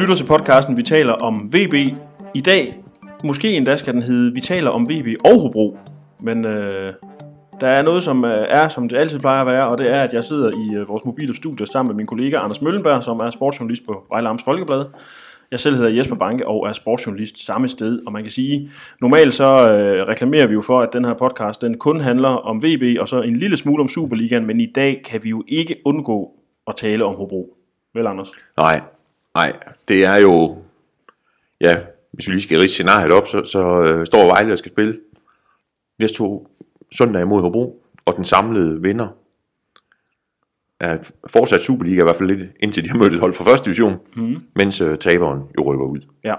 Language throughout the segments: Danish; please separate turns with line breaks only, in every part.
lytter til podcasten Vi taler om VB. I dag, måske endda skal den hedde Vi taler om VB og Hobro. Men øh, der er noget, som øh, er, som det altid plejer at være, og det er, at jeg sidder i øh, vores mobile studie sammen med min kollega Anders Møllenberg, som er sportsjournalist på Vejle Amts Folkeblad. Jeg selv hedder Jesper Banke og er sportsjournalist samme sted, og man kan sige, normalt så øh, reklamerer vi jo for, at den her podcast den kun handler om VB og så en lille smule om Superligaen, men i dag kan vi jo ikke undgå at tale om Hobro. Vel, Anders?
Nej, nej, det er jo, ja, hvis vi lige skal rige scenariet op, så, så øh, står Vejle og skal spille næste to søndag imod Hobro, og den samlede vinder er fortsat Superliga, i hvert fald lidt indtil de har mødt et hold fra første division, mm. mens øh, taberen jo rykker ud.
Ja,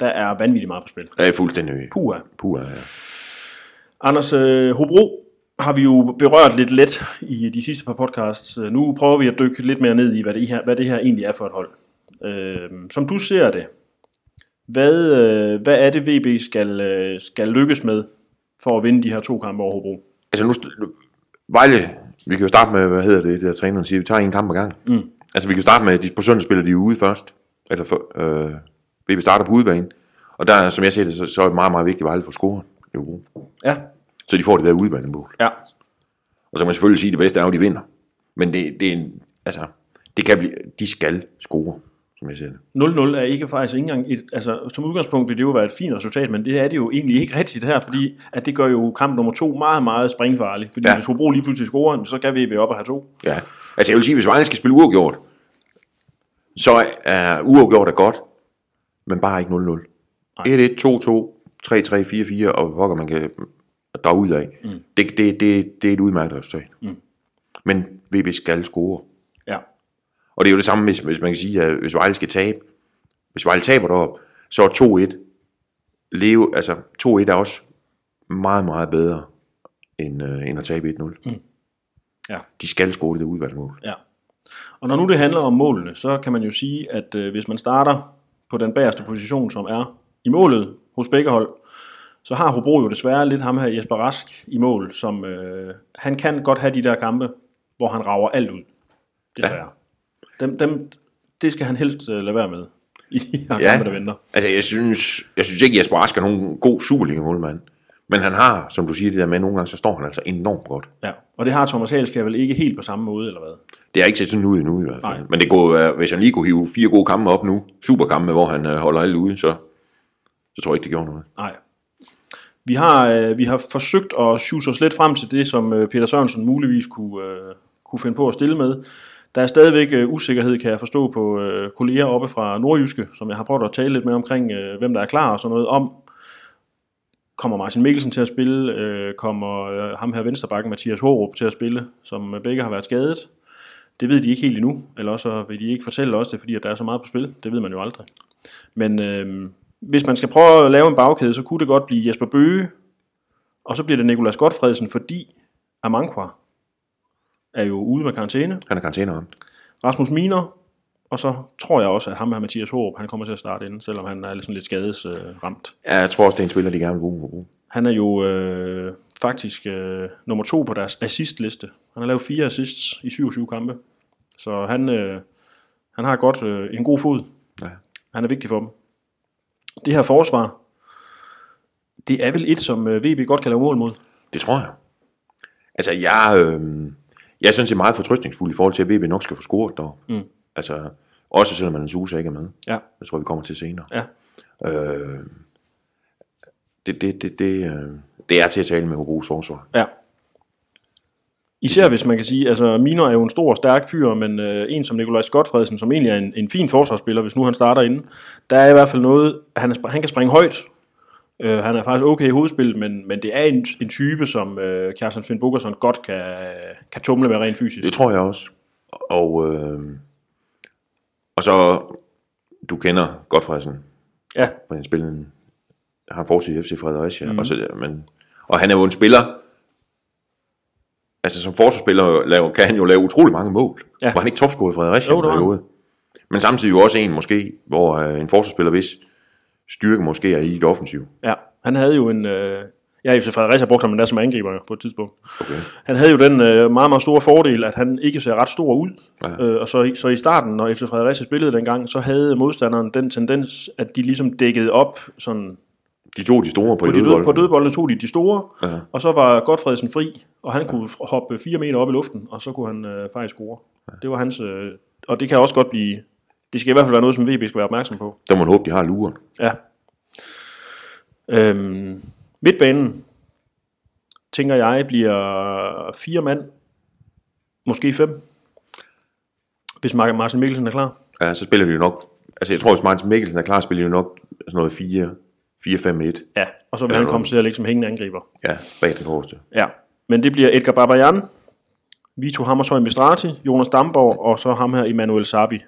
der er vanvittigt meget på spil.
Det er fuldstændig
Puha.
puha. ja.
Anders øh, Hobro har vi jo berørt lidt let i de sidste par podcasts. Øh, Nu prøver vi at dykke lidt mere ned i, hvad det her, hvad det her egentlig er for et hold. Øh, som du ser det, hvad, øh, hvad er det, VB skal, øh, skal lykkes med for at vinde de her to kampe over Hobro?
Altså nu, st- nu, Vejle, vi kan jo starte med, hvad hedder det, der træneren siger, vi tager en kamp ad gangen. Mm. Altså vi kan jo starte med, at de, på søndag spiller de ude først, eller for, øh, vi starter på udebane. Og der, som jeg ser det, så, så er det meget, meget vigtigt, at Vejle får scoret i Hobro.
Ja,
Så de får det der udebanemål.
ja,
Og så kan man selvfølgelig sige, at det bedste er, jo, at de vinder. Men det, det er en, altså, det kan blive, de skal score, som jeg ser det.
0-0 er ikke faktisk ikke engang et, altså som udgangspunkt ville det jo være et fint resultat, men det er det jo egentlig ikke rigtigt her, fordi at det gør jo kamp nummer to meget, meget springfarlig, fordi ja.
Ja.
hvis Hobro lige pludselig scorer, så kan VB op og have to.
Ja. Altså jeg vil sige, hvis Vejle skal spille uafgjort, så er uafgjort er godt, men bare ikke 0-0. 1-1, 2-2, 3-3, 4-4, og hvor pokker man kan ud af. Mm. Det, det, det, det er et udmærket resultat. Mm. Men VB skal score.
Ja,
Og det er jo det samme, hvis, hvis man kan sige, at hvis Vejle skal tabe, hvis Vejle taber derop, så er 2-1, leve, altså 2-1 er også meget, meget bedre, end, øh, end at tabe 1-0. Mm.
Ja.
De skal score det der udvalgte mål.
Ja. Og når nu det handler om målene, så kan man jo sige, at øh, hvis man starter på den bagerste position, som er i målet hos begge hold, så har Hobro jo desværre lidt ham her Jesper Rask i mål, som øh, han kan godt have de der kampe, hvor han rager alt ud. Desværre. Ja. Dem, dem, det skal han helst øh, lade være med i de her ja. kampe, der venter.
Altså, jeg synes, jeg synes ikke, Jesper Ask er nogen god Superliga-målmand. Men han har, som du siger det der med, nogle gange, så står han altså enormt godt.
Ja. Og det har Thomas Halskær vel ikke helt på samme måde, eller hvad?
Det har ikke set sådan ud endnu i hvert fald.
Nej.
Nej. Men det kunne være, hvis han lige kunne hive fire gode kampe op nu, superkampe, hvor han øh, holder alle ude, så, så tror jeg ikke, det gjorde noget.
Nej. Vi har, øh, vi har forsøgt at sjuse os lidt frem til det, som øh, Peter Sørensen muligvis kunne, øh, kunne finde på at stille med. Der er stadigvæk øh, usikkerhed, kan jeg forstå, på øh, kolleger oppe fra Nordjyske, som jeg har prøvet at tale lidt med omkring, øh, hvem der er klar og sådan noget om. Kommer Martin Mikkelsen til at spille? Øh, kommer øh, ham her venstrebakken, Mathias Hårup, til at spille, som øh, begge har været skadet? Det ved de ikke helt endnu, eller også vil de ikke fortælle os det, fordi at der er så meget på spil. Det ved man jo aldrig. Men øh, hvis man skal prøve at lave en bagkæde, så kunne det godt blive Jesper Bøge, og så bliver det Nikolas Godfredsen, fordi Amankwa er jo ude med karantæne.
Han er karantæneren.
Rasmus Miner, og så tror jeg også, at ham her Mathias Hårup, han kommer til at starte inden, selvom han er sådan lidt skadesramt.
Ja, jeg tror også, det er en spiller, de gerne vil bruge. Hobro.
Han er jo øh, faktisk øh, nummer to på deres assistliste. Han har lavet fire assists i 27 kampe. Så han, øh, han har godt øh, en god fod.
Ja.
Han er vigtig for dem. Det her forsvar, det er vel et, som øh, VB godt kan lave mål mod.
Det tror jeg. Altså, jeg, øh, jeg er sådan set meget fortrystningsfuld i forhold til, at VB nok skal få scoret der. Mm. Altså, også selvom man Susa ikke er med.
Ja,
Det tror jeg, vi kommer til senere.
ja,
Øh, det, det, det, det, øh, det er til at tale med Hobros forsvar.
ja. Især hvis man kan sige, altså Miner er jo en stor og stærk fyr, men øh, en som Nikolaj Godfredsen, som egentlig er en, en fin forsvarsspiller, hvis nu han starter inden, der er i hvert fald noget, han, er, spr- han kan springe højt, øh, han er faktisk okay i hovedspillet, men, men det er en, en type, som øh, Kjartan Finn Bukerson godt kan, kan tumle med rent fysisk.
Det tror jeg også. Og, øh, og så, du kender Godfredsen,
Ja,
men han spillede en, har fortid i FC Fredericia,
Mhm.
mm. og, så, men, og han er jo en spiller, altså som forsvarsspiller laver, kan han jo lave utrolig mange mål.
Ja.
Ja. Var han ikke topscorer i Fredericia?
Jo, det var han.
han. Men samtidig jo også en måske, hvor øh, en forsvarsspiller, hvis styrke måske er i det offensiv.
Ja, han havde jo en, øh, Ja, FC Fredericia brugte ham endda som angriber jo, på et tidspunkt. Okay. Han havde jo den øh, meget, meget store fordel, at han ikke ser ret stor ud.
Ja.
Øh, og så, i- så i starten, når FC Fredericia spillede dengang, så havde modstanderen den tendens, at de ligesom dækkede op sådan,
De to de store på,
på,
på
de død,
dødbold.
på dødboldene tog de de store,
Ja.
og så var Godfredsen fri, og han kunne f- hoppe 4 meter op i luften, og så kunne han øh, faktisk score. Det var hans, øh, og det kan også godt blive, det skal i hvert fald være noget, som VB skal være opmærksom på.
Der må man håbe, de har luren.
Ja. Øhm, midtbanen, tænker jeg, bliver fire mand, måske fem, hvis Mar- Martin Mikkelsen er klar.
Ja, så spiller de jo nok... Altså, jeg tror, hvis Martin Mikkelsen er klar, spiller de jo nok sådan noget 4, 4 5, 1.
Ja. Og så vil
Ja,
han
nu.
komme til at ligge som hængende angriber.
Ja, bag den forreste.
Ja. Men det bliver Edgar Barbajan, Vito Hammershøj Mistrati, Jonas Damborg og så ham her Emanuel Sabi.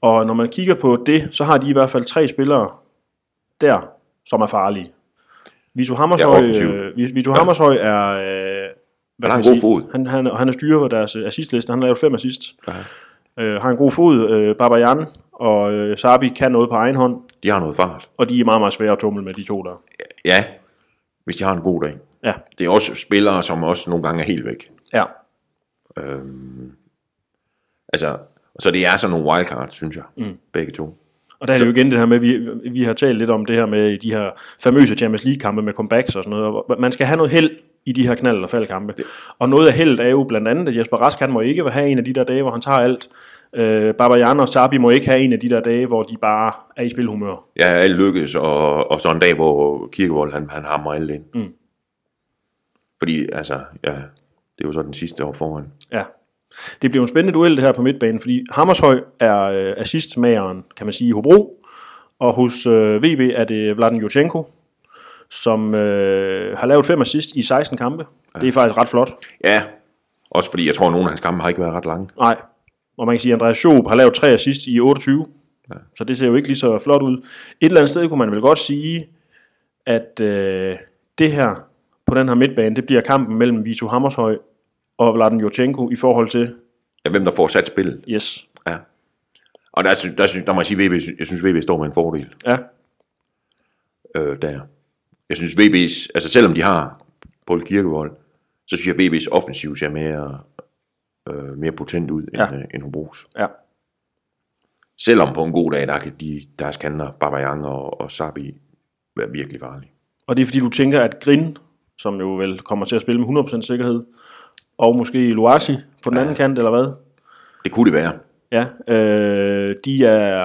Og når man kigger på det, så har de i hvert fald tre spillere der, som er farlige. Vito Hammershøj,
offensiv.
øh, Vi- Vito Hammershøj er... Øh, hvad
Han
kan
har en
jeg
god
sige?
fod.
Han, han, og han er styrer på deres øh, assistliste. Han har lavet fem assists.
Aha.
Øh, har en god fod. Øh, Barbajan og øh, Sabi kan noget på egen hånd,
De har noget fart.
og de er meget, meget svære at tumle med, de to der.
Ja, hvis de har en god dag.
Ja,
Det er også spillere, som også nogle gange er helt væk.
ja.
Øhm, altså, og så det er sådan nogle wildcards, synes jeg. Mm. Begge to.
Og der er det jo igen det her med, vi, vi har talt lidt om det her med i de her famøse Champions League-kampe med comebacks og sådan noget. og Man skal have noget held i de her knald- og faldkampe. Og noget af heldet er jo blandt andet, at Jesper Rask, han må ikke have en af de der dage, hvor han tager alt. Øh, Babajan og Sabi må ikke have en af de der dage, hvor de bare er i spilhumør.
Ja, alt lykkes, og, og så en dag, hvor Kirkevold, han, han hammer alt ind.
Mm.
Fordi, altså, ja, det er jo så den sidste år foran.
Ja. Det bliver en spændende duel det her på midtbanen, fordi Hammershøj er øh, assistmageren, kan man sige, i Hobro. Og hos øh, VB er det Vladen Jutsenko, som øh, har lavet fem assist i 16 kampe. Ja. Det er faktisk ret flot.
Ja, også fordi jeg tror, at nogle af hans kampe har ikke været ret lange.
Nej. Og man kan sige, at Andreas Schob har lavet tre assist i 28. Ja. Så det ser jo ikke lige så flot ud. Et eller andet sted kunne man vel godt sige, at øh, det her på den her midtbane, det bliver kampen mellem Vito Hammershøj og Vladen Jutsenko i forhold til,
Ja, hvem der får sat spillet.
yes,
Ja. Og der, synes, der, synes, der må jeg sige, VB, sy- jeg synes, VB står med en fordel
ja,
øh, der. Jeg synes, VB's, altså selvom de har Paul Kirkevold, så synes jeg, VB's offensiv ser mere, øh, mere potent ud end,
Ja.
øh, end Hobros.
ja,
Selvom på en god dag, der kan de, deres kanter, Babayang og, og Sabi, være virkelig farlige.
Og det er fordi, du tænker, at Grin, som jo vel kommer til at spille med 100% sikkerhed, og måske Luasi på den anden kant, eller hvad?
Det kunne det være.
Ja, øh, de er,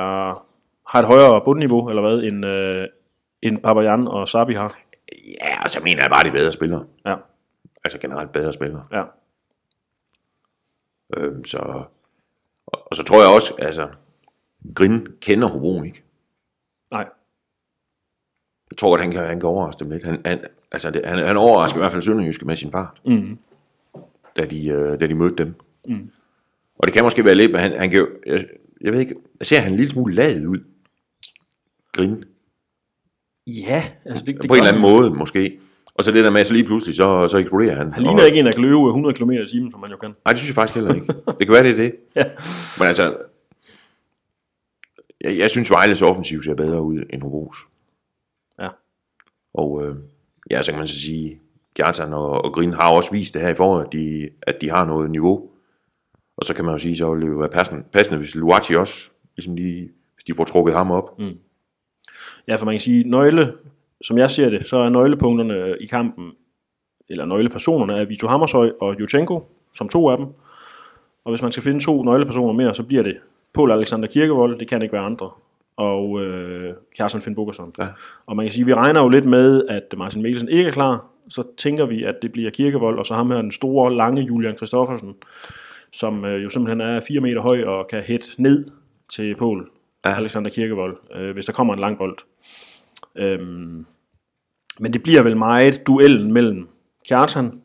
har et højere bundniveau, eller hvad, end, øh, end Papayan og Sabi har.
Ja, og så mener jeg bare, de er bedre spillere.
Ja,
Altså generelt bedre spillere.
ja.
Øh, så, og, og, så tror jeg også, altså, Grin kender Hobro, ikke?
Nej,
Jeg tror, at han kan, han kan overraske dem lidt. Han, han, altså, det, han, han overrasker i hvert fald Sønderjyske med sin fart,
mm,
da de, øh, da de mødte dem. Mm. Og det kan måske være lidt, men han, han kan jo, jeg, jeg ved ikke, ser han en lille smule ladet ud? Grin.
Ja, altså det, det
På en
gør-
eller anden måde, måske. Og så det der med, at så lige pludselig, så, så eksploderer han.
Han ligner
og,
ikke en, der kan løbe 100 km i timen, som man jo kan.
Nej, det synes jeg faktisk heller ikke. Det kan være, det er det.
Ja.
Men altså, jeg, jeg synes, Vejles offensiv ser bedre ud end Hobros.
Ja.
Og øh, ja, så kan man så sige, Gjartan og, og Grin har også vist det her i foråret, at de, at de har noget niveau. Og så kan man jo sige, så vil det jo være passende, passende hvis Luati også, ligesom de, hvis de får trukket ham op. Mm.
Ja, for man kan sige, nøgle, som jeg ser det, så er nøglepunkterne i kampen, eller nøglepersonerne, er Vito Hammershøj og Jutsenko, som to af dem. Og hvis man skal finde to nøglepersoner mere, så bliver det Paul Alexander Kirkevold, det kan ikke være andre, og øh, Kjartan Finn Bukkerson.
Ja.
Og man kan sige, vi regner jo lidt med, at Martin Mikkelsen ikke er klar, så tænker vi, at det bliver Kirkevold, og så ham her, den store, lange Julian Kristoffersen, som øh, jo simpelthen er 4 meter høj og kan hætte ned til Pål ja.
Ja.
Alexander Kirkevold, øh, hvis der kommer en lang bold. Øhm, men det bliver vel meget duellen mellem Kjartan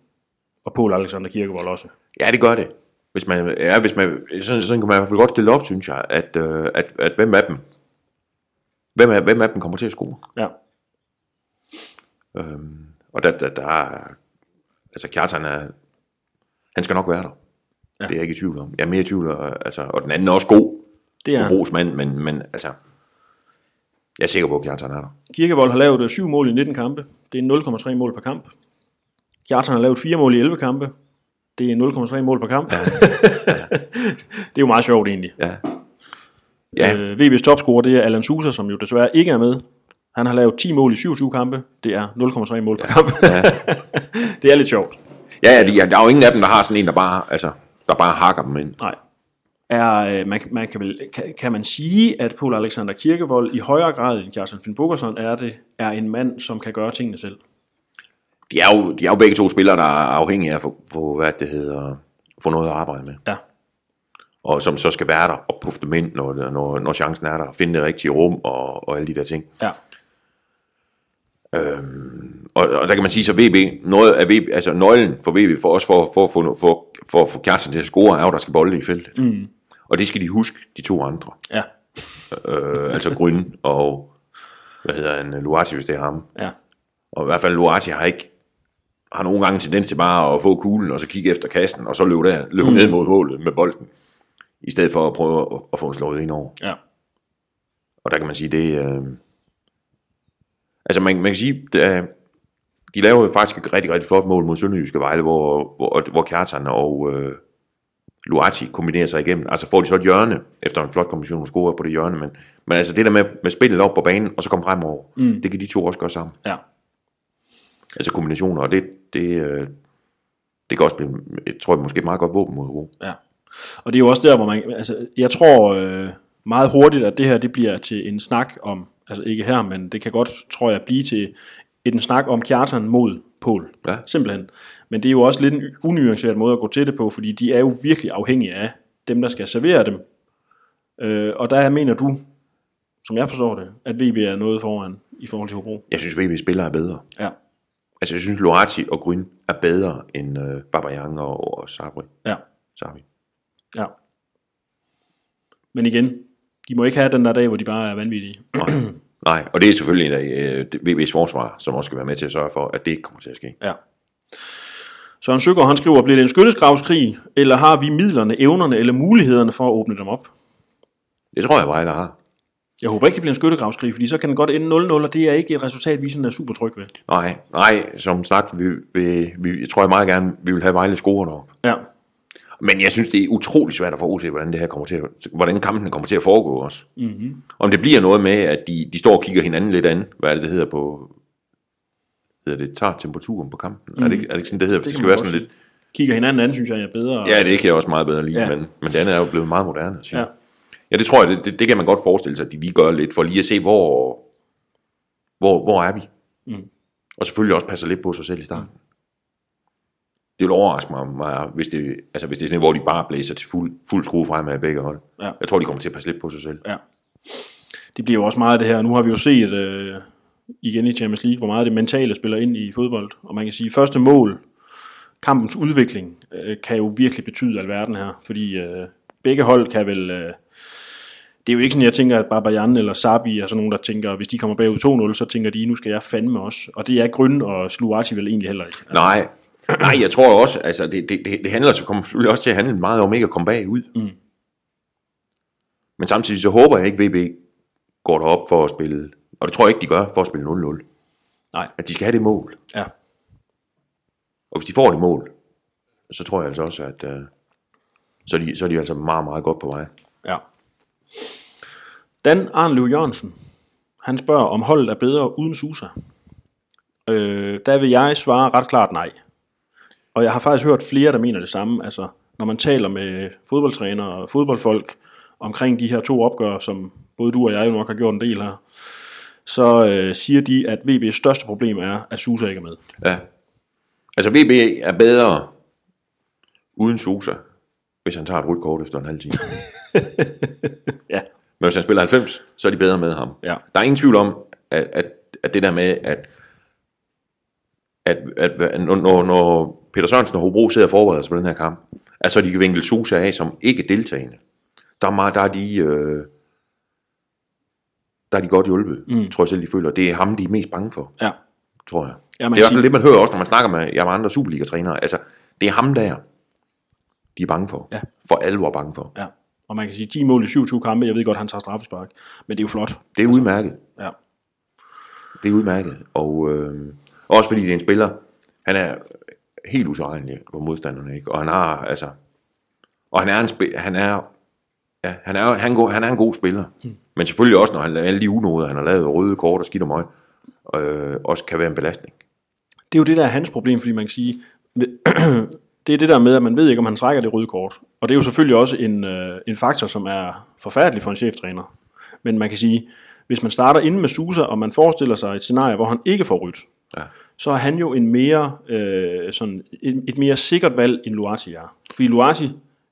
og Pål Alexander Kirkevold også.
Ja, det gør det. Hvis man, ja, hvis man, sådan, sådan kan man i hvert fald godt stille op, synes jeg, at, øh, at, at hvem af dem, hvem af, hvem af dem kommer til at score.
Ja,
Øhm, og der, der, der er, altså Kjartan er, han skal nok være der.
Ja.
Ja. Det er jeg ikke i tvivl om. Jeg er mere i tvivl, øh, altså, og den anden er også god,
det er
ja.
han.
Hobros mand, men, men altså, Jeg er sikker på, at Kjartan er der.
Kirkevold har lavet 7 mål i 19 kampe. Det er 0,3 mål per kamp. Kjartan har lavet 4 mål i 11 kampe. Det er 0,3 mål per kamp. Ja. det er jo meget sjovt egentlig.
Ja. Ja, øh.
Øh, VB's topscorer, det er Alan Sousa, som jo desværre ikke er med. Han har lavet 10 mål i 27 kampe. Det er 0,3 mål per kamp. det er lidt sjovt.
ja, ja, de- ja, der er jo ingen af dem, der har sådan en, der bare, altså, der bare hakker dem ind.
Nej. Er, øh, man, man kan, vel, kan, kan man sige, at Paul Alexander Kirkevold i højere grad end Kjartan Finn Bukkerson er det, er en mand, som kan gøre tingene selv?
De er jo, de er jo begge to spillere, der er afhængige af at få, få, hvad det hedder, få noget at arbejde med.
Ja.
Og som så skal være der og puffe dem ind, når, når, når chancen er der. Finde det rigtige rum og, og alle de der ting.
Ja.
Øhm, og, og der kan man sige, så VB, noget af VB, altså nøglen for VB, for os for, for, for, for, for at få Kjartan til at score, er jo, der skal bolde i feltet. Mm. Og det skal de huske, de to andre.
Ja.
Øh, altså Grøn og, hvad hedder han, Luati, hvis det er ham.
Ja.
Og i hvert fald Luati har ikke har nogle gange tendens til bare at få kuglen, og så kigge efter kassen, og så løbe, der, løbe mm. ned mod målet med bolden, i stedet for at prøve at, at få en slået ind over.
Ja.
Og der kan man sige, det øh, Altså man, man kan sige, det er, de laver jo faktisk et rigtig, rigtig flot mål mod Sønderjyske Vejle, hvor, hvor, hvor Kjartan og øh, Luati kombinerer sig igennem. Altså får de så et hjørne, efter en flot kombination at score på det hjørne, men, men altså det der med, med spillet op på banen, og så komme fremover, mm. det kan de to også gøre sammen.
Ja.
Altså kombinationer, og det, det, øh, det kan også blive, jeg tror jeg, måske et meget godt våben mod Hobro.
Ja. Og det er jo også der, hvor man... Altså, jeg tror øh, meget hurtigt, at det her det bliver til en snak om... Altså ikke her, men det kan godt, tror jeg, blive til et en snak om Kjartan mod Pol.
Ja.
Simpelthen. Men det er jo også lidt en unuanceret måde at gå til det på, fordi de er jo virkelig afhængige af dem, der skal servere dem. Øh, og der mener du, som jeg forstår det, at VB er noget foran i forhold til Hobro.
Jeg synes, VB spillere er bedre.
Ja.
Altså jeg synes, Luati og Gryn er bedre end øh, Babayang og, og Sabri.
Ja.
Sabri.
Ja. Men igen, de må ikke have den der dag, hvor de bare er vanvittige.
Nej. Nej, og det er selvfølgelig en af øh, det- VB's forsvar, som også skal være med til at sørge for, at det ikke kommer til at ske.
Ja. Søren Søgaard, han skriver, bliver det en skyndeskravskrig, eller har vi midlerne, evnerne eller mulighederne for at åbne dem op?
Det tror jeg, Vejle har.
Jeg håber ikke, det bliver en skyttegravskrig, fordi så kan den godt ende 0-0, og det er ikke et resultat, vi sådan er super tryg ved.
Nej, nej, som sagt, vi, vi, vi, jeg tror jeg meget gerne, vi vil have Vejle scoren op.
Ja,
Men jeg synes, det er utrolig svært at forudse, hvordan det her kommer til at, hvordan kampen kommer til at foregå også.
Mhm.
Mm-hmm. Om det bliver noget med, at de, de står og kigger hinanden lidt an, hvad er det, det hedder på, hedder det, tager temperaturen på kampen. Mm. Er, det, ikke- er det ikke sådan, det hedder, det, det
kan
skal
man
være
godt
sådan lidt,
kigger hinanden an, synes jeg, jeg er bedre.
Ja, det kan jeg også meget bedre lide,
Ja.
ja. men, men det andet er jo blevet meget moderne. Ja.
Ja.
ja, det tror jeg, det, det, det kan man godt forestille sig, at de lige gør lidt, for lige at se, hvor, hvor, hvor er vi?
Mm.
Og selvfølgelig også passer lidt på sig selv i starten. Det vil overraske mig, mig hvis, det, altså, hvis det er sådan et, hvor de bare blæser til fuld, fuld skrue fremad af begge hold.
Ja.
Jeg tror, de kommer til at passe lidt på sig selv.
ja. Det bliver jo også meget af det her. Nu har vi jo set øh, igen i Champions League, hvor meget det mentale spiller ind i fodbold. Og man kan sige, første mål, kampens udvikling, øh, kan jo virkelig betyde alverden her. Fordi øh, begge hold kan vel... Øh, det er jo ikke sådan, jeg tænker, at Babajan eller Sabi er sådan nogen, der tænker, hvis de kommer bagud 2-0, så tænker de, nu skal jeg fandme også. Og det er Grøn og Sluati vel egentlig heller ikke.
Nej, nej, jeg tror også, altså det, det, det, det handler så kommer selvfølgelig også til at handle meget om ikke at komme bagud. Mm. Men samtidig så håber jeg ikke, VB går derop for at spille, og det tror jeg ikke, de gør, for at spille 0-0.
Nej.
At de skal have det mål.
Ja.
Og hvis de får det mål, så tror jeg altså også, at øh, så, er de, så er de altså meget, meget godt på vej.
Ja. Dan Arnlev Jørgensen, han spørger, om holdet er bedre uden Susa. Øh, der vil jeg svare ret klart nej. Og jeg har faktisk hørt flere, der mener det samme. Altså, når man taler med fodboldtrænere og fodboldfolk omkring de her to opgør, som både du og jeg jo nok har gjort en del her, så øh, siger de, at VB's største problem er, at Susa ikke er med.
Ja. Altså VB er bedre uden Sosa, hvis han tager et rødt kort efter en halv time.
Ja.
Men hvis han spiller 90, så er de bedre med ham.
Ja.
Der er ingen tvivl om, at, at, at det der med, at, at, at når, når- når Peter Sørensen og Hobro sidder og forbereder sig på den her kamp, at så de kan vinkle Sosa af som ikke deltagende. Der er, meget, der er de... Øh, der er de godt hjulpet, mm. tror jeg selv, de føler. Det er ham, de er mest bange for,
Ja,
tror jeg.
Ja, man
det er i hvert
siger-
fald det, man hører også, når man snakker med, jeg med andre Superliga-trænere. Altså, det er ham der, de er bange for.
Ja.
For alvor bange for.
ja. Og man kan sige, 10 mål i 27 kampe, jeg ved godt, han tager straffespark, men det er jo flot.
Det er udmærket.
Ja.
Det er udmærket. Og øh, også fordi det er en spiller, han er helt usøjelig på modstanderne, ikke? Og han har, altså... Og han er en spil, han er, ja, han er, han, går, han er en god spiller.
Hmm.
Mm. Men selvfølgelig også, når han laver alle de unoder, han har lavet røde kort og skidt og møg, øh, også kan være en belastning.
Det er jo det, der er hans problem, fordi man kan sige, det er det der med, at man ved ikke, om han trækker det røde kort. Og det er jo selvfølgelig også en, øh, en faktor, som er forfærdelig for en cheftræner. Men man kan sige, hvis man starter inde med Susa, og man forestiller sig et scenarie, hvor han ikke får rødt,
Ja.
så er han jo en mere, øh, sådan et, et mere sikkert valg, end Luati er. Fordi Luati,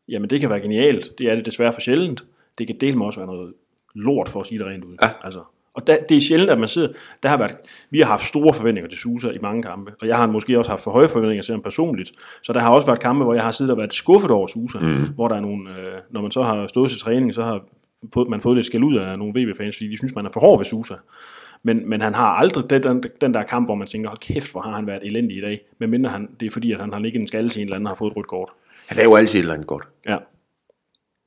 jamen det kan være genialt, det er det desværre for sjældent, det kan delt med også være noget lort, for at sige det rent ud.
Ja.
Altså, og der, det er sjældent, at man sidder, der har været, vi har haft store forventninger til Susa i mange kampe, og jeg har måske også haft for høje forventninger til ham personligt, så der har også været kampe, hvor jeg har siddet og været skuffet over Susa, mm. hvor der er nogle, øh, når man så har stået til træning, så har fået, man fået lidt skæld ud af nogle VB-fans, fordi de synes, man er for hård ved Susa. Men, men han har aldrig den, den, den der kamp, hvor man tænker, hold kæft, hvor har han været elendig i dag. Men mindre han, det er fordi, at han har ligget en skalle til en eller anden, og har fået et rødt kort.
Han laver altid et eller andet godt.
Ja,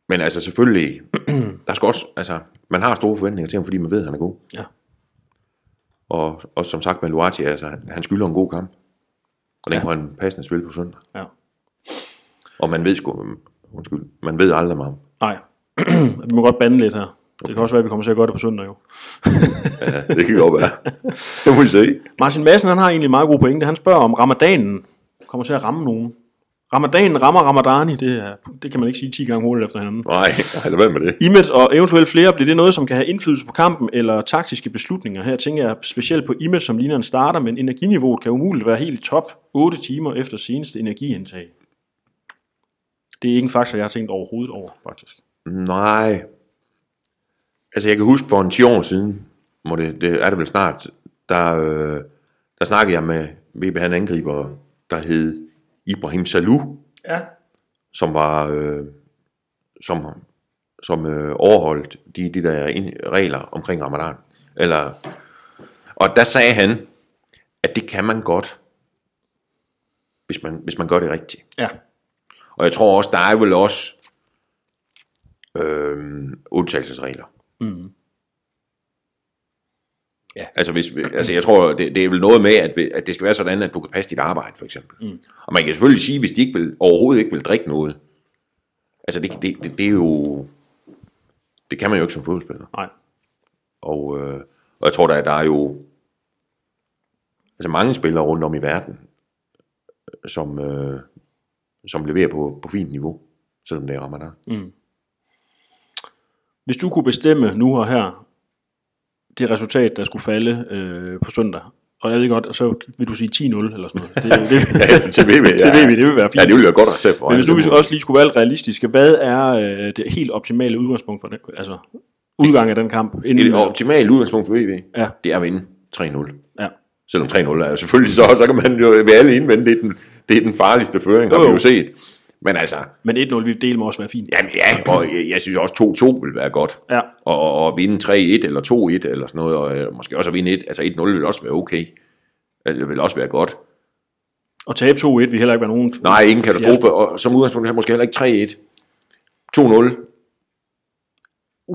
Men altså selvfølgelig, der skal også, altså, man har store forventninger til ham, fordi man ved, at han er god.
ja.
Og, og som sagt med Luati, altså, han, han skylder en god kamp. Og den
Ja.
ja. kunne han passende spille på søndag.
ja.
Og man ved sgu, undskyld, man ved aldrig med ham.
Nej, vi må godt bande lidt her. Det kan også være, at vi kommer til at gøre det på søndag jo.
Ja, det kan godt være. det må vi se.
Martin Madsen, han har egentlig en meget god pointe. Han spørger om ramadanen kommer til at ramme nogen. Ramadanen rammer ramadani, det, er, det kan man ikke sige 10 gange hurtigt efter hinanden.
Nej, altså hvad med det?
Imet og eventuelt flere, bliver det noget, som kan have indflydelse på kampen eller taktiske beslutninger? Her tænker jeg specielt på Imet, som ligner en starter, men energiniveauet kan umuligt være helt i top 8 timer efter seneste energiindtag. Det er ikke en faktor, jeg har tænkt overhovedet over, faktisk.
Nej. Altså jeg kan huske for en 10 år siden, må det, det er det vel snart, der, øh, der snakkede jeg med VB, han angriber, der hed Ibrahim Salou,
Ja.
som var øh, som, som øh, overholdt de, de der ind, regler omkring ramadan. Eller, og der sagde han, at det kan man godt, hvis man, hvis man gør det rigtigt.
Ja.
Og jeg tror også, der er vel også øh, undtagelsesregler.
Mm.
Altså, hvis, vi- altså jeg tror, det, det er vel noget med, at, vi- at det skal være sådan, at du kan passe dit arbejde, for eksempel. Mm. Og man kan selvfølgelig sige, hvis de ikke vil, overhovedet ikke vil drikke noget. Altså, det, det, det, det er jo... Det kan man jo ikke som fodboldspiller.
Nej.
Og, øh, og jeg tror, der, er- der er jo altså mange spillere rundt om i verden, som, øh, som leverer på, på fint niveau, selvom det er ramadan.
Hvis du kunne bestemme nu og her det resultat, der skulle falde øh, på søndag, og jeg ved godt, så vil du sige 10-0 eller sådan noget. Det, er jo- det,
Ja, til VB, ja.
til VB, det vil være fint.
Ja, det ville være godt at tage for.
Men hvis nu vi også lige skulle være lidt realistiske, hvad er øh, det helt optimale udgangspunkt for den, altså udgang af den kamp? Inden,
Et optimalt udgangspunkt for VB,
Ja.
det er at vinde 3-0.
ja.
Selvom 3-0 er selvfølgelig så, så kan man jo ved alle indvende, det er den, det er den farligste føring, har
Jo,
vi
jo.
jo set. Men altså,
Men 1-0 vil dele med også være fint.
jamen ja, og jeg, jeg synes også 2-2 vil være godt.
Ja.
Og, og, og vinde 3-1 eller 2-1 eller sådan noget, og øh, måske også at vinde 1, altså 1-0 vil også være okay. Eller vil også være godt.
Og tabe 2-1 vil heller ikke være nogen...
Nej, ingen katastrofe, og som udgangspunkt er måske heller ikke 3-1.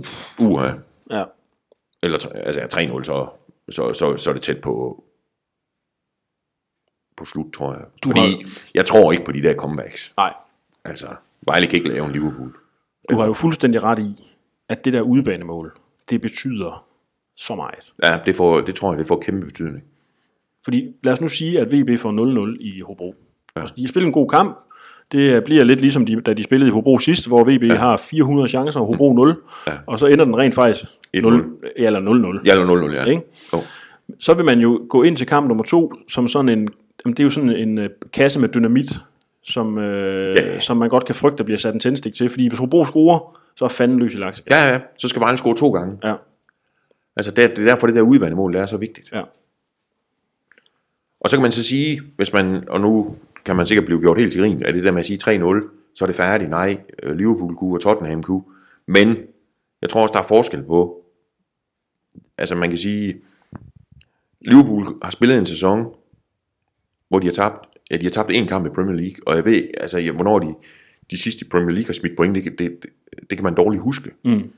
2-0. Uha.
Ja.
Eller tre- altså ja, 3-0, så, så, så, så er det tæt på på slut, tror jeg. Du Fordi
har-
jeg tror ikke på de der comebacks.
Nej,
Altså, Vejle kan ikke lave en Liverpool.
du har jo fuldstændig ret i, at det der udebanemål, det betyder så meget.
Ja, det, får, det tror jeg, det får kæmpe betydning.
Fordi lad os nu sige, at VB får 0-0 i Hobro. Ja. De har spillet en god kamp. Det bliver lidt ligesom, de, da de spillede i Hobro sidst, hvor VB ja. har 400 chancer og Hobro 0. Ja. Og så ender den rent faktisk
1-0.
0, eller 0-0.
Ja, eller 0-0, ja.
Ikke?
Jo.
så vil man jo gå ind til kamp nummer to som sådan en, jamen det er jo sådan en øh, kasse med dynamit, som, øh,
Ja.
som man godt kan frygte, der bliver sat en tændstik til, fordi hvis Hobro scorer, så er fanden løs i laks.
Ja, ja, så skal Vejle score to gange.
Ja,
Altså, det, det er derfor, det der udvandemål, det er så vigtigt.
ja,
Og så kan man så sige, hvis man, og nu kan man sikkert blive gjort helt til grin, at det der med at sige 3-0, så er det færdigt. Nej, øh, Liverpool kunne og Tottenham kunne. Men jeg tror også, der er forskel på, altså man kan sige, Liverpool har spillet en sæson, hvor de har tabt, ja, de har tabt én kamp i Premier League, og jeg ved, altså, jeg, hvornår de, de sidste i Premier League har smidt point, det, kan- det, det, det kan man dårligt huske.
Mm.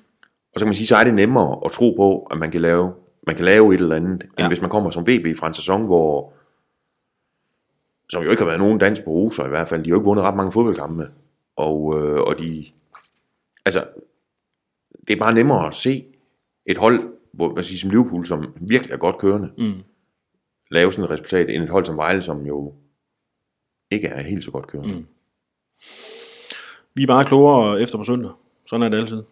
Og så kan man sige, så er det nemmere at tro på, at man kan lave, man kan lave et eller andet, end
Ja.
hvis man kommer som VB fra en sæson, hvor som jo ikke har været nogen dans på roser i hvert fald. De har jo ikke vundet ret mange fodboldkampe. Og, øh, og de... Altså, det er bare nemmere at se et hold, hvor, man siger, som Liverpool, som virkelig er godt kørende,
Mm.
lave sådan et resultat, end et hold som Vejle, som jo ikke er helt så godt kørende.
Mm. Vi er bare klogere efter på søndag. Sådan er det altid.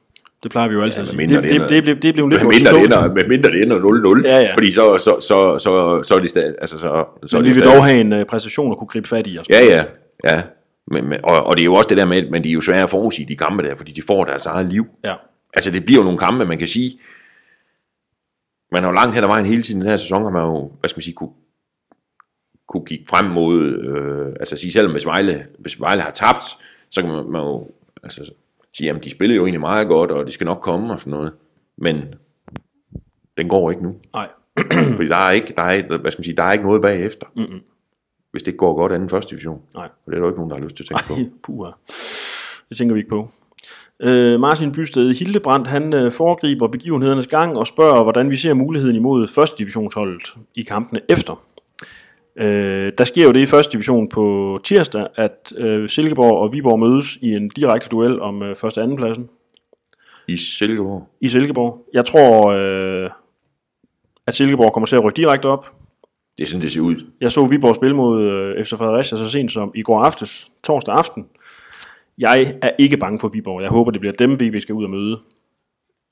Det plejer vi jo altid
Ja,
at sige.
medmindre
Det,
det
det,
ender-
det, det, det blev lidt
Med
vores
mindre, det
forståelse.
ender, med mindre det ender 0-0,
Ja, ja.
fordi så, så, så, så, så er det stadig... Altså, så, så er
Men
de
vi vil
stadig-
dog have en øh, præstation at kunne gribe fat i. Og sådan.
Ja, ja, ja. Men, men, og, og det er jo også det der med, men de er jo svære at forudsige de kampe der, fordi de får deres eget liv.
Ja.
Altså det bliver jo nogle kampe, man kan sige, man har jo langt hen ad vejen hele tiden i den her sæson, har man jo, hvad skal man sige, kunne, kunne kigge frem mod, øh, altså sige selv, hvis Vejle, hvis Vejle har tabt, så kan man, man jo altså, sige, jamen de spillede jo egentlig meget godt, og det skal nok komme og sådan noget, men den går ikke nu,
Nej.
fordi der er ikke, der er, hvad skal man sige, der er ikke noget bagefter,
Mm-mm.
hvis det ikke går godt anden første division.
Nej.
Og det er der jo ikke nogen, der har lyst til at tænke på.
Ej, puha. Det tænker vi ikke på. Øh, Martin Bysted Hildebrandt, han øh, foregriber begivenhedernes gang og spørger, hvordan vi ser muligheden imod første divisionsholdet i kampene efter. Øh, der sker jo det i første division på tirsdag, at øh, Silkeborg og Viborg mødes i en direkte duel om øh, første og anden pladsen
I Silkeborg.
i Silkeborg. Jeg tror, øh, at Silkeborg kommer til at rykke direkte op.
Det er sådan, det ser ud.
Jeg så Viborg spille mod øh, FC Fredericia så sent som i går aftes, torsdag aften. Jeg er ikke bange for Viborg. Jeg håber, det bliver dem, vi skal ud og møde.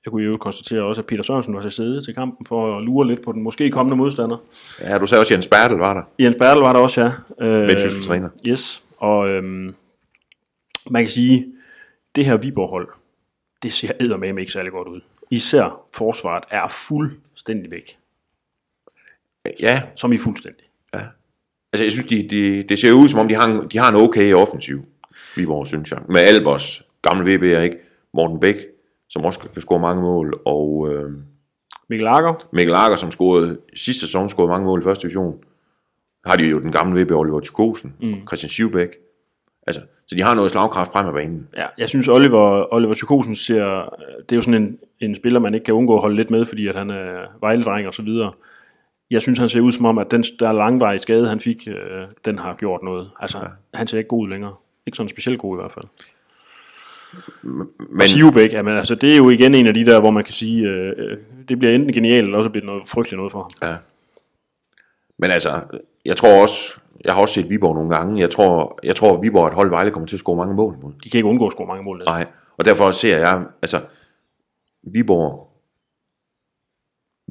Jeg kunne jo konstatere også, at Peter Sørensen var til stede til kampen for at lure lidt på den måske kommende modstander.
Ja, du sagde også, at Jens Bertel var der.
Jens Bertel var der også, ja. Øh,
Vendsyssels træner.
Yes, og øhm, man kan sige, det her Viborg-hold, det ser eddermame ikke særlig godt ud. Især forsvaret er fuldstændig væk.
Ja,
Som i fuldstændig.
altså jeg synes, de, de, det ser ud, som om de har, en, de har en okay offensiv. Viborg, synes jeg. Med Albers, gamle VB'er, ikke? Morten Bæk, som også kan score mange mål. Og øh,
Mikkel Akker,
Mikkel Lager, som scorede sidste sæson, scorede mange mål i første division. Har de jo den gamle VB, Oliver Tjukosen, mm. Christian Schivbæk. Altså, så de har noget slagkraft frem af banen.
Ja, jeg synes Oliver, Oliver Tjukosen ser, det er jo sådan en, en spiller, man ikke kan undgå at holde lidt med, fordi at han er vejledreng og så videre. Jeg synes, han ser ud som om, at den der langvarige skade, han fik, øh, den har gjort noget. Altså, ja. han ser ikke god ud længere. Ikke sådan specielt god i hvert fald.
Men,
Sivbæk, jamen, altså, det er jo igen en af de der, hvor man kan sige, øh, øh, det bliver enten genialt, eller også bliver det noget frygteligt noget for ham.
Ja. Men altså, jeg tror også, jeg har også set Viborg nogle gange, jeg tror, jeg tror at Viborg er et hold, Vejle kommer til at score mange mål mod.
De kan ikke undgå at score mange mål. næsten.
Nej, og derfor ser jeg, altså, Viborg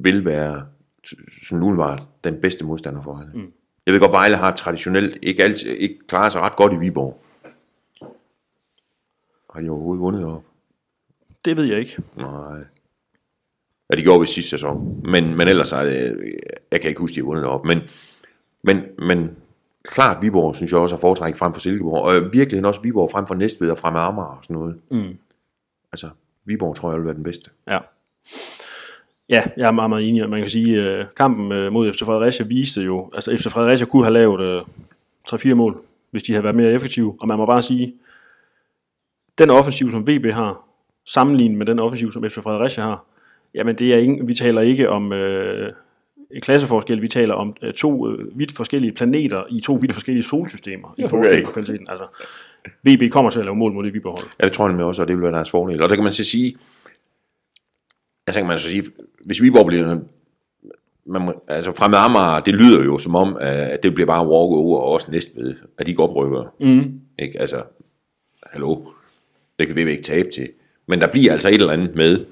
vil være, s- sådan umiddelbart, den bedste modstander for Vejle. Mm. Jeg ved godt, Vejle har traditionelt ikke, altid, ikke klaret sig ret godt i Viborg. Har de overhovedet vundet op?
Det ved jeg ikke.
Nej. Ja, de gjorde vi sidste sæson. Men, men ellers er det, jeg kan ikke huske, de har vundet op. Men, men, men klart Viborg, synes jeg også har foretrækket frem for Silkeborg. Og i virkeligheden også Viborg frem for Næstved og frem af Amager og sådan noget.
Mm.
Altså, Viborg tror jeg vil være den bedste.
Ja. Ja, jeg er meget, meget enig. Man kan sige, at kampen øh, mod FC Fredericia viste jo, altså FC Fredericia kunne have lavet øh, 3-4 mål, hvis de havde været mere effektive. Og man må bare sige, den offensiv, som VB har, sammenlignet med den offensiv, som FC Fredericia har, jamen det er ingen, vi taler ikke om øh, en klasseforskel, vi taler om øh, to øh, vidt forskellige planeter i to vidt forskellige solsystemer i forhold til kvaliteten. Altså, VB kommer til at lave mål mod det Viborg-hold.
Ja, det tror jeg med også, og det vil være deres fordel. Og der kan man så sige, altså kan man så sige, hvis Viborg bliver, man, må- altså frem med Amager, det lyder jo som om, at det bliver bare walkover og også Næstved, at de ikke oprykker.
Mm.
Ikke? Altså, hallo, det kan vi ikke tabe til. Men der bliver altså et eller andet med,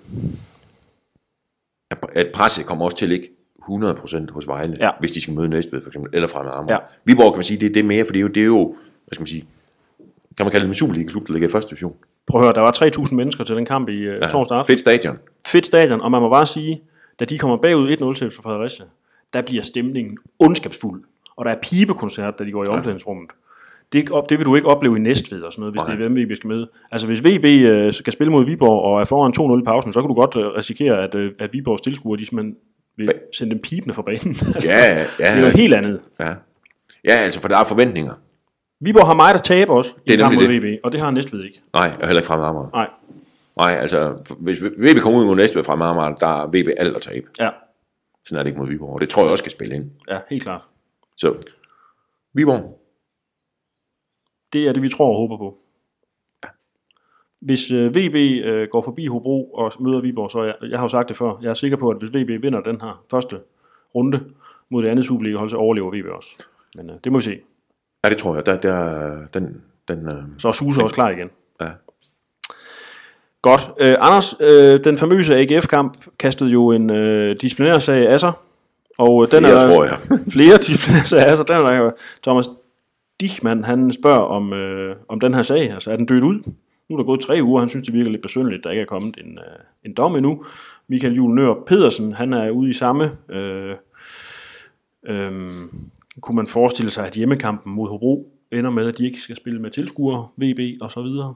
at- at presset kommer også til at ligge 100% hos Vejle,
Ja.
hvis de skal møde Næstved for eksempel, eller fremad Amager.
Ja.
Ja. Viborg kan man sige, det er det mere, for det er jo, det er jo hvad skal man sige, kan man kalde det en Superliga-klub, der ligger i første division.
Prøv at høre, der var 3.000 mennesker til den kamp i øh, torsdag aften.
Fedt stadion.
fedt stadion, og man må bare sige, da de kommer bagud 1-0 til FC Fredericia, der bliver stemningen ondskabsfuld, og der er pibekoncert, da de går i omklædningsrummet. Det, er ikke op, det vil du ikke opleve i Næstved og sådan noget, hvis Nej. det er VB, vi skal møde. Altså hvis VB øh, skal spille mod Viborg og er foran 2-0 i pausen, så kan du godt øh, risikere, at, øh, at Viborgs tilskuere, de simpelthen vil sende dem pibende fra banen. altså,
Ja, ja,
Det er noget helt andet.
ja. Ja, altså, for der er forventninger.
Viborg har meget at tabe også i
Det er
kamp mod
nemlig
VB, og det har Næstved ikke.
Nej, og heller ikke fremad Amager.
Nej.
Nej, altså, hvis VB kommer ud mod Næstved fra Marmar, der er VB alt at tabe.
Ja,
Sådan er det ikke mod Viborg, og det tror jeg også skal spille ind.
ja, helt klart.
Så, Viborg,
Det er det, vi tror og håber på. Hvis øh, VB øh, går forbi Hobro og møder Viborg, så er jeg, jeg har jo sagt det før, jeg er sikker på, at hvis VB vinder den her første runde mod det andet Superliga-hold, så overlever VB også. Men øh, det må vi se.
ja, det tror jeg, der, der, den, den, øh,
Så er Suse også klar igen.
ja.
Godt. Øh, Anders, øh, den famøse AGF-kamp kastede jo en øh, disciplinærsag af sig. Og øh, den
Flere,
er,
tror jeg.
flere disciplinærsager af sig. Den er, der- Thomas Dichmann, han spørger om, øh, om den her sag. Altså, er den død ud? Nu er der gået tre uger, han synes, det virker lidt besynderligt, der ikke er kommet en, øh, en dom endnu. Michael Juhl Nør Pedersen, han er ude i samme... Øh, Øhm, kunne man forestille sig, at hjemmekampen mod Hobro ender med, at de ikke skal spille med tilskuere, VB og så videre?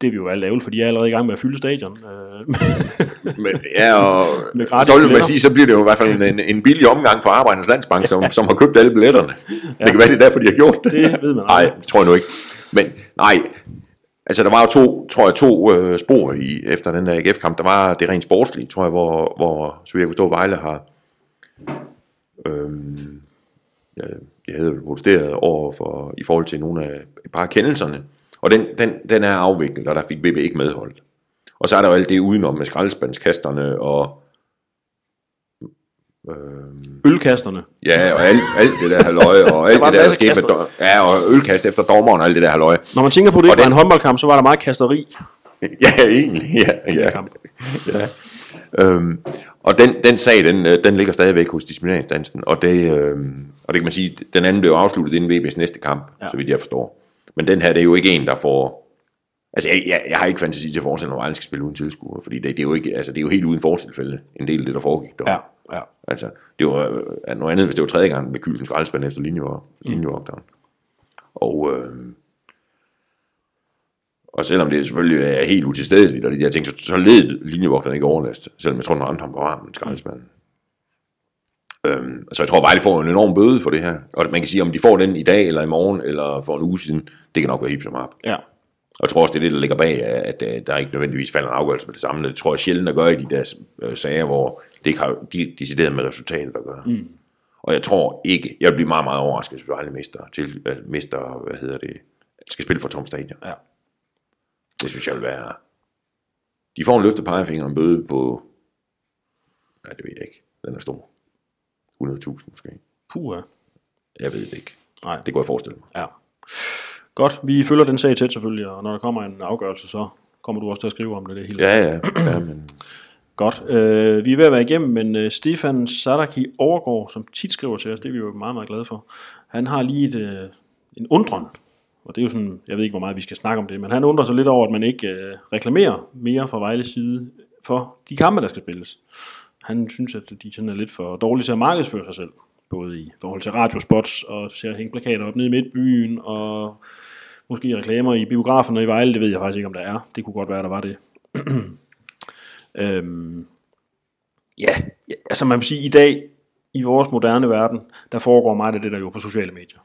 Det er vi jo alle ærgerligt, for de er allerede i gang med at fylde stadion. Øh,
Men, ja, og
Med gratis
så vil man
billetter.
sige, så bliver det jo i hvert fald en, en billig omgang for Arbejdernes Landsbank, som, som har købt alle billetterne. Ja. Det kan være, det er derfor, de har gjort det.
Det ved man
Nej,
aldrig.
det tror jeg nu ikke. Men nej, altså der var jo to, tror jeg, to øh, spor i, efter den der AGF-kamp. Der var det rent sportslige, tror jeg, hvor, hvor så vidt jeg kunne stå, Vejle har øhm, jeg, jeg havde jo protesteret over for, i forhold til nogle af et par af kendelserne. Og den, den, den er afviklet, og der fik VB ikke medholdt. Og så er der jo alt det udenom med skraldespandskasterne og
ølkasterne.
Ja, og alt, alt det der halløj, og alt
var
det
en
der, der
masse
skete med,
kaster.
dom- ja, og ølkast efter dommeren og alt det der halløj.
Når man tænker på, at det
Og
ikke var
den-
en håndboldkamp, så var der meget kasteri.
Ja, egentlig, ja, ja.
kamp.
ja. Øhm, og den, den sag, den, øh, den ligger stadigvæk hos disciplineringstansen, og det, øhm, og det kan man sige, den anden blev afsluttet inden VB's næste kamp, ja.
Ja.
så vidt jeg forstår. Men den her, det er jo ikke en, der får... Altså, jeg, jeg, jeg har ikke fantasi til at forestille mig, at Vejle skal spille uden tilskuere, fordi det, det, er jo ikke, altså, det er jo helt uden fortilfælde, en del af det, der foregik der.
ja.
Altså, det var øh, noget andet, hvis det var tredje gang med Kyldens skraldespand efter linjeopdagen. Mm. Og, øh, og selvom det selvfølgelig er helt utilstedeligt, og de der ting, så, så led linjevogterne ikke overlast, selvom jeg tror, den ramte ham på armen, skraldespanden. Mm. Øhm, så jeg tror, Vejle får en enorm bøde for det her. Og man kan sige, om de får den i dag, eller i morgen, eller for en uge siden, det kan nok være helt som op.
ja.
Og jeg tror også, det er det, der ligger bag, at øh, der ikke nødvendigvis falder en afgørelse med det samme. Det tror jeg sjældent at gøre i de der øh, sager, hvor det ikke har de, decideret med resultatet at gøre. Mm. Og jeg tror ikke, jeg bliver meget, meget overrasket, hvis vi aldrig mister, til, øh, mister hvad hedder det, skal spille for Tom Stadion.
Ja.
Det synes jeg vil være... De får en løftet pegefinger og en bøde på... Nej, det ved jeg ikke. Den er stor. 100.000 måske.
Puh, ja.
Jeg ved det ikke.
Nej.
Det kunne jeg forestille mig.
ja. Godt, vi følger den sag tæt selvfølgelig, og når der kommer en afgørelse, så kommer du også til at skrive om det, det er helt
Ja, ja. ja men...
Godt. Øh, vi er ved at være igennem, men øh, Stefan Sadaki Overgaard, som tit skriver til os, det er vi jo meget, meget glade for, han har lige et, øh, en undren, og det er jo sådan, jeg ved ikke, hvor meget vi skal snakke om det, men han undrer sig lidt over, at man ikke øh, reklamerer mere fra Vejles side for de kampe, der skal spilles. Han synes, at de sådan er lidt for dårlige til at markedsføre sig selv, både i forhold til radiospots og til at hænge plakater op nede i midtbyen og måske reklamer i biografen og i Vejle, det ved jeg faktisk ikke, om der er. Det kunne godt være, der var det. Øhm, ja, ja, altså man kan sige, i dag, i vores moderne verden, der foregår meget af det der jo på sociale medier.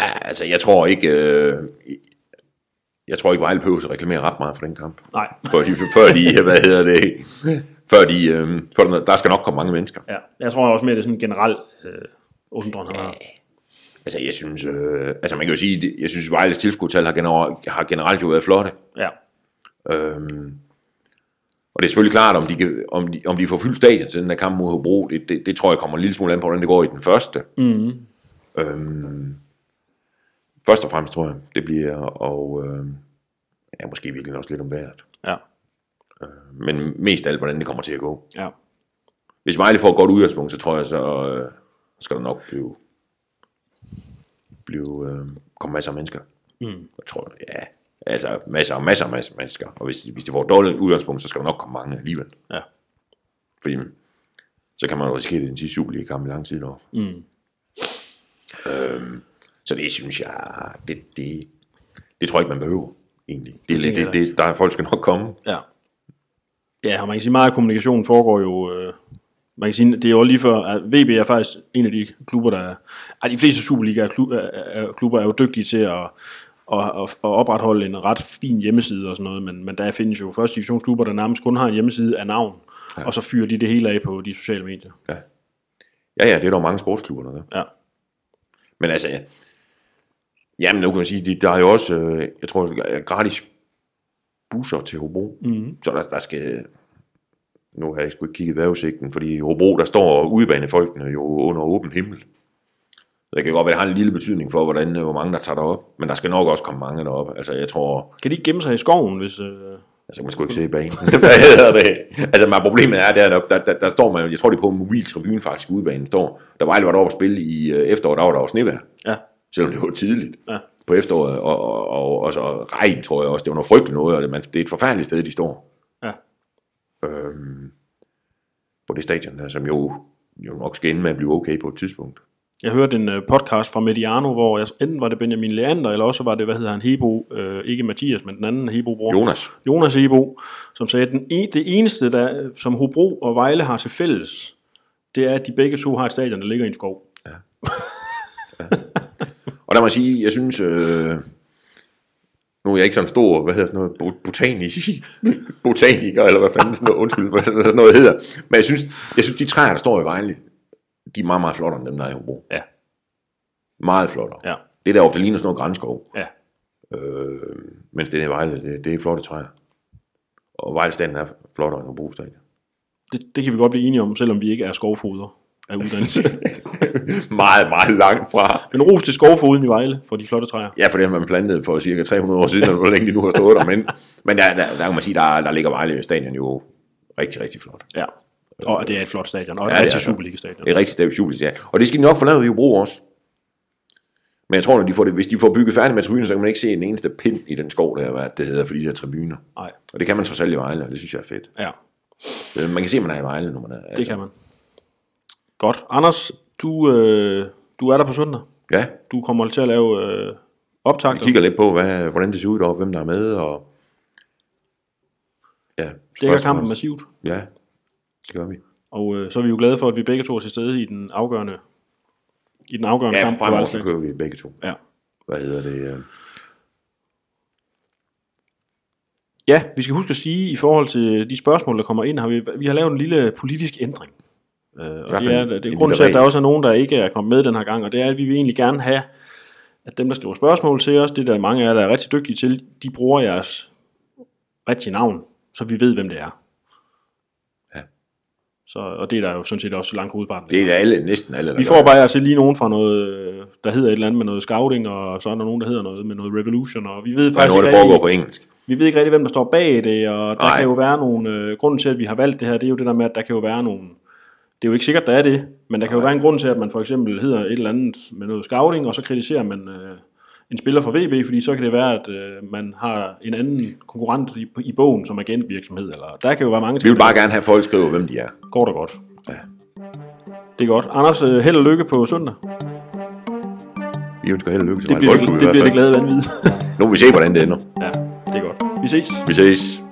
Ja, altså, jeg tror ikke... Øh, jeg tror ikke, Vejle behøver at reklamere ret meget for den kamp.
Nej,
Før de, før de hvad hedder det, før de, øh, før der, der skal nok komme mange mennesker.
ja. jeg tror også mere, det er sådan en generel øh, undren, han har.
Altså, jeg synes, øh, altså man kan jo sige, det- jeg synes, Vejles tilskudtal har, gener, har generelt jo været flotte.
Ja,
Øhm, og det er selvfølgelig klart, om de, kan, om de, om de får fyldt stadion til den der kamp mod Hobro, det, det, det tror jeg kommer en lille smule an på, hvordan det går i den første. Mm. Øhm, først og fremmest tror jeg, det bliver, og øh, ja, måske virkelig også lidt om vejret.
ja,
Men mest af alt, hvordan det kommer til at gå.
ja.
Hvis Vejle får et godt udgangspunkt, så tror jeg, så øh, skal der nok blive, blive øh, komme masser af mennesker. Mm. Jeg tror, ja, altså masser og masser og masser af mennesker. Og hvis, hvis de får et dårligt udgangspunkt, så skal der nok komme mange alligevel.
ja.
Fordi så kan man jo risikere det i den sidste Superliga-kamp i lang tid nu. Mm. Øhm, så det synes jeg, det, det, det tror jeg ikke, man behøver egentlig. Det,
Det
det,
tænker
det, det, der, folk skal nok komme.
Ja. Ja, og man kan sige, meget af kommunikationen foregår jo... Øh, man kan sige, det er jo lige før, at VB er faktisk en af de klubber, der er... Ej, de fleste Superliga-klubber er, er, er, klubber er jo dygtige til at, og, og, og opretholde en ret fin hjemmeside og sådan noget, men, men der findes jo første divisionsklubber, der nærmest kun har en hjemmeside af navn, ja. og så fyrer de det hele af på de sociale medier.
Ja, ja, ja det er der jo mange sportsklubber, der gør.
Ja.
Men altså, ja. jamen nu kan man sige, de- der er jo også, øh, jeg tror, der er gratis busser til Hobro.
Mm.
Så der, der skal, nu har jeg sgu ikke kigget vejrudsigten, fordi i Hobro, der står udebanefolkene jo under åben himmel. Så det kan godt være, det har en lille betydning for, hvordan, øh, hvor mange der tager derop. Men der skal nok også komme mange derop. Altså, jeg tror,
Kan de ikke gemme sig i skoven, hvis... Øh...
altså, man skal ikke se banen. Hvad hedder det? Altså, men problemet er, der, der, der, der, står man, jeg tror, det er på en mobil tribune faktisk, udebanen står. Der var aldrig deroppe at spille i øh, efteråret, der var der jo snevær
Ja,
selvom det var tidligt
Ja.
på efteråret, og, og, og, og så regn, tror jeg også, det var noget frygteligt noget, og det, man, det er et forfærdeligt sted, de står.
Ja.
Øhm, på det stadion der, som jo, jo nok skal ende med at blive okay på et tidspunkt.
Jeg hørte en øh, podcast fra Mediano, hvor jeg, enten var det Benjamin Leander, eller også var det, hvad hedder han, Hebo, øh, ikke Mathias, men den anden Hebo-bror.
Jonas,
Jonas Hebo, som sagde, at den en, det eneste, der, som Hobro og Vejle har til fælles, det er, at de begge to har et stadion, der ligger i en skov.
og der må jeg sige, jeg synes, øh, nu er jeg ikke sådan stor, hvad hedder sådan noget, bo- botanik, botaniker, eller hvad fanden sådan noget, undskyld, hvad sådan noget hedder. Men jeg synes, jeg synes de træer, der står i Vejle, de er meget, meget flottere end dem, der er i Hobro.
Ja.
Meget flottere.
Ja,
Det deroppe, det ligner sådan noget grænskov.
ja.
Øh, mens det er i Vejle, det, det er flotte træer. Og Vejle Stadion er flottere end Hobro Stadion.
Det, det kan vi godt blive enige om, selvom vi ikke er skovfoder af uddannelse.
meget, meget langt fra.
men ros til skovfoden i Vejle for de flotte træer.
Ja, for det har man plantet for cirka 300 år siden, eller hvor længe de nu har stået der. Men, men der, der, der, kan man sige, der, der ligger Vejle Stadion jo rigtig, rigtig flot.
Ja, og det er et flot stadion, og et
Ja, det
ja,
er
rigtig
det.
Superliga-stadion.
Det er rigtig stabilt jubel, ja. Og det skal de nok få lavet i Hobro også. Men jeg tror, når de får det, hvis de får bygget færdigt med tribunen, så kan man ikke se en eneste pind i den skov, der, hvad det hedder, for de der tribuner.
Nej,
Og det kan man trods alt i Vejle, og det synes jeg er fedt.
ja.
Øh, Man kan se, at man er i Vejle, når man er.
Det kan man. Godt. Anders, du, øh, du er der på søndag.
Ja,
Du kommer til at lave øh,
Vi
optagter.
kigger lidt på, hvad, hvordan det ser ud deroppe, hvem der er med, og... Ja,
Dækker
først og
kampen
fremmest.
massivt.
Ja, det gør vi.
Og øh, så er vi jo glade for, at vi begge to er til stede i den afgørende, i den afgørende
Ja,
kamp. på
fremover så
Valsdag.
kører vi begge to.
ja.
Hvad hedder det? øh,
ja, vi skal huske at sige, i forhold til de spørgsmål, der kommer ind, har vi, vi har lavet en lille politisk ændring. Øh, og
hvert
det
fald
er,
en-
det
en
er grunden
lille
til, at der
regel.
også er nogen, der ikke er kommet med den her gang, og det er, at vi vil egentlig gerne have, at dem, der skriver spørgsmål til os, det er der mange af jer, der er rigtig dygtige til, de bruger jeres rigtige navn, så vi ved, hvem det er.
Ja.
Så, og det er der jo sådan set også langt hovedparten.
Det er da alle, næsten alle, der
Vi
gør
får
det.
bare altså lige nogen fra noget, øh, der hedder et eller andet med noget scouting, og så er der nogen, der hedder noget med noget revolution, og vi ved
Der er
faktisk
noget,
ikke
der foregår
rigtig,
på engelsk.
vi ved ikke rigtig, hvem der står bag det, og der
Nej.
kan jo være nogle, øh, grunden til, at vi har valgt det her, det er jo det der med, at der kan jo være nogle, det er jo ikke sikkert, der er det, men der kan jo være en grund til, at man for eksempel hedder et eller andet med noget scouting, og så kritiserer man øh, en spiller fra VB, fordi så kan det være, at øh, man har en anden konkurrent i, i bogen som agentvirksomhed, eller der kan jo være mange ting.
Vi vil
der-
bare gerne have, at folk skriver, hvem de er.
Går det godt.
Ja.
Det er godt. Anders, øh, held og lykke på søndag.
Vi ønsker held og lykke til
Det bliver,
Vejle
det,
Boldklub i
det,
hvert
bliver det
fald.
glade vanvid.
Nu må vi se, hvordan det ender.
ja, det er godt. Vi ses.
Vi ses.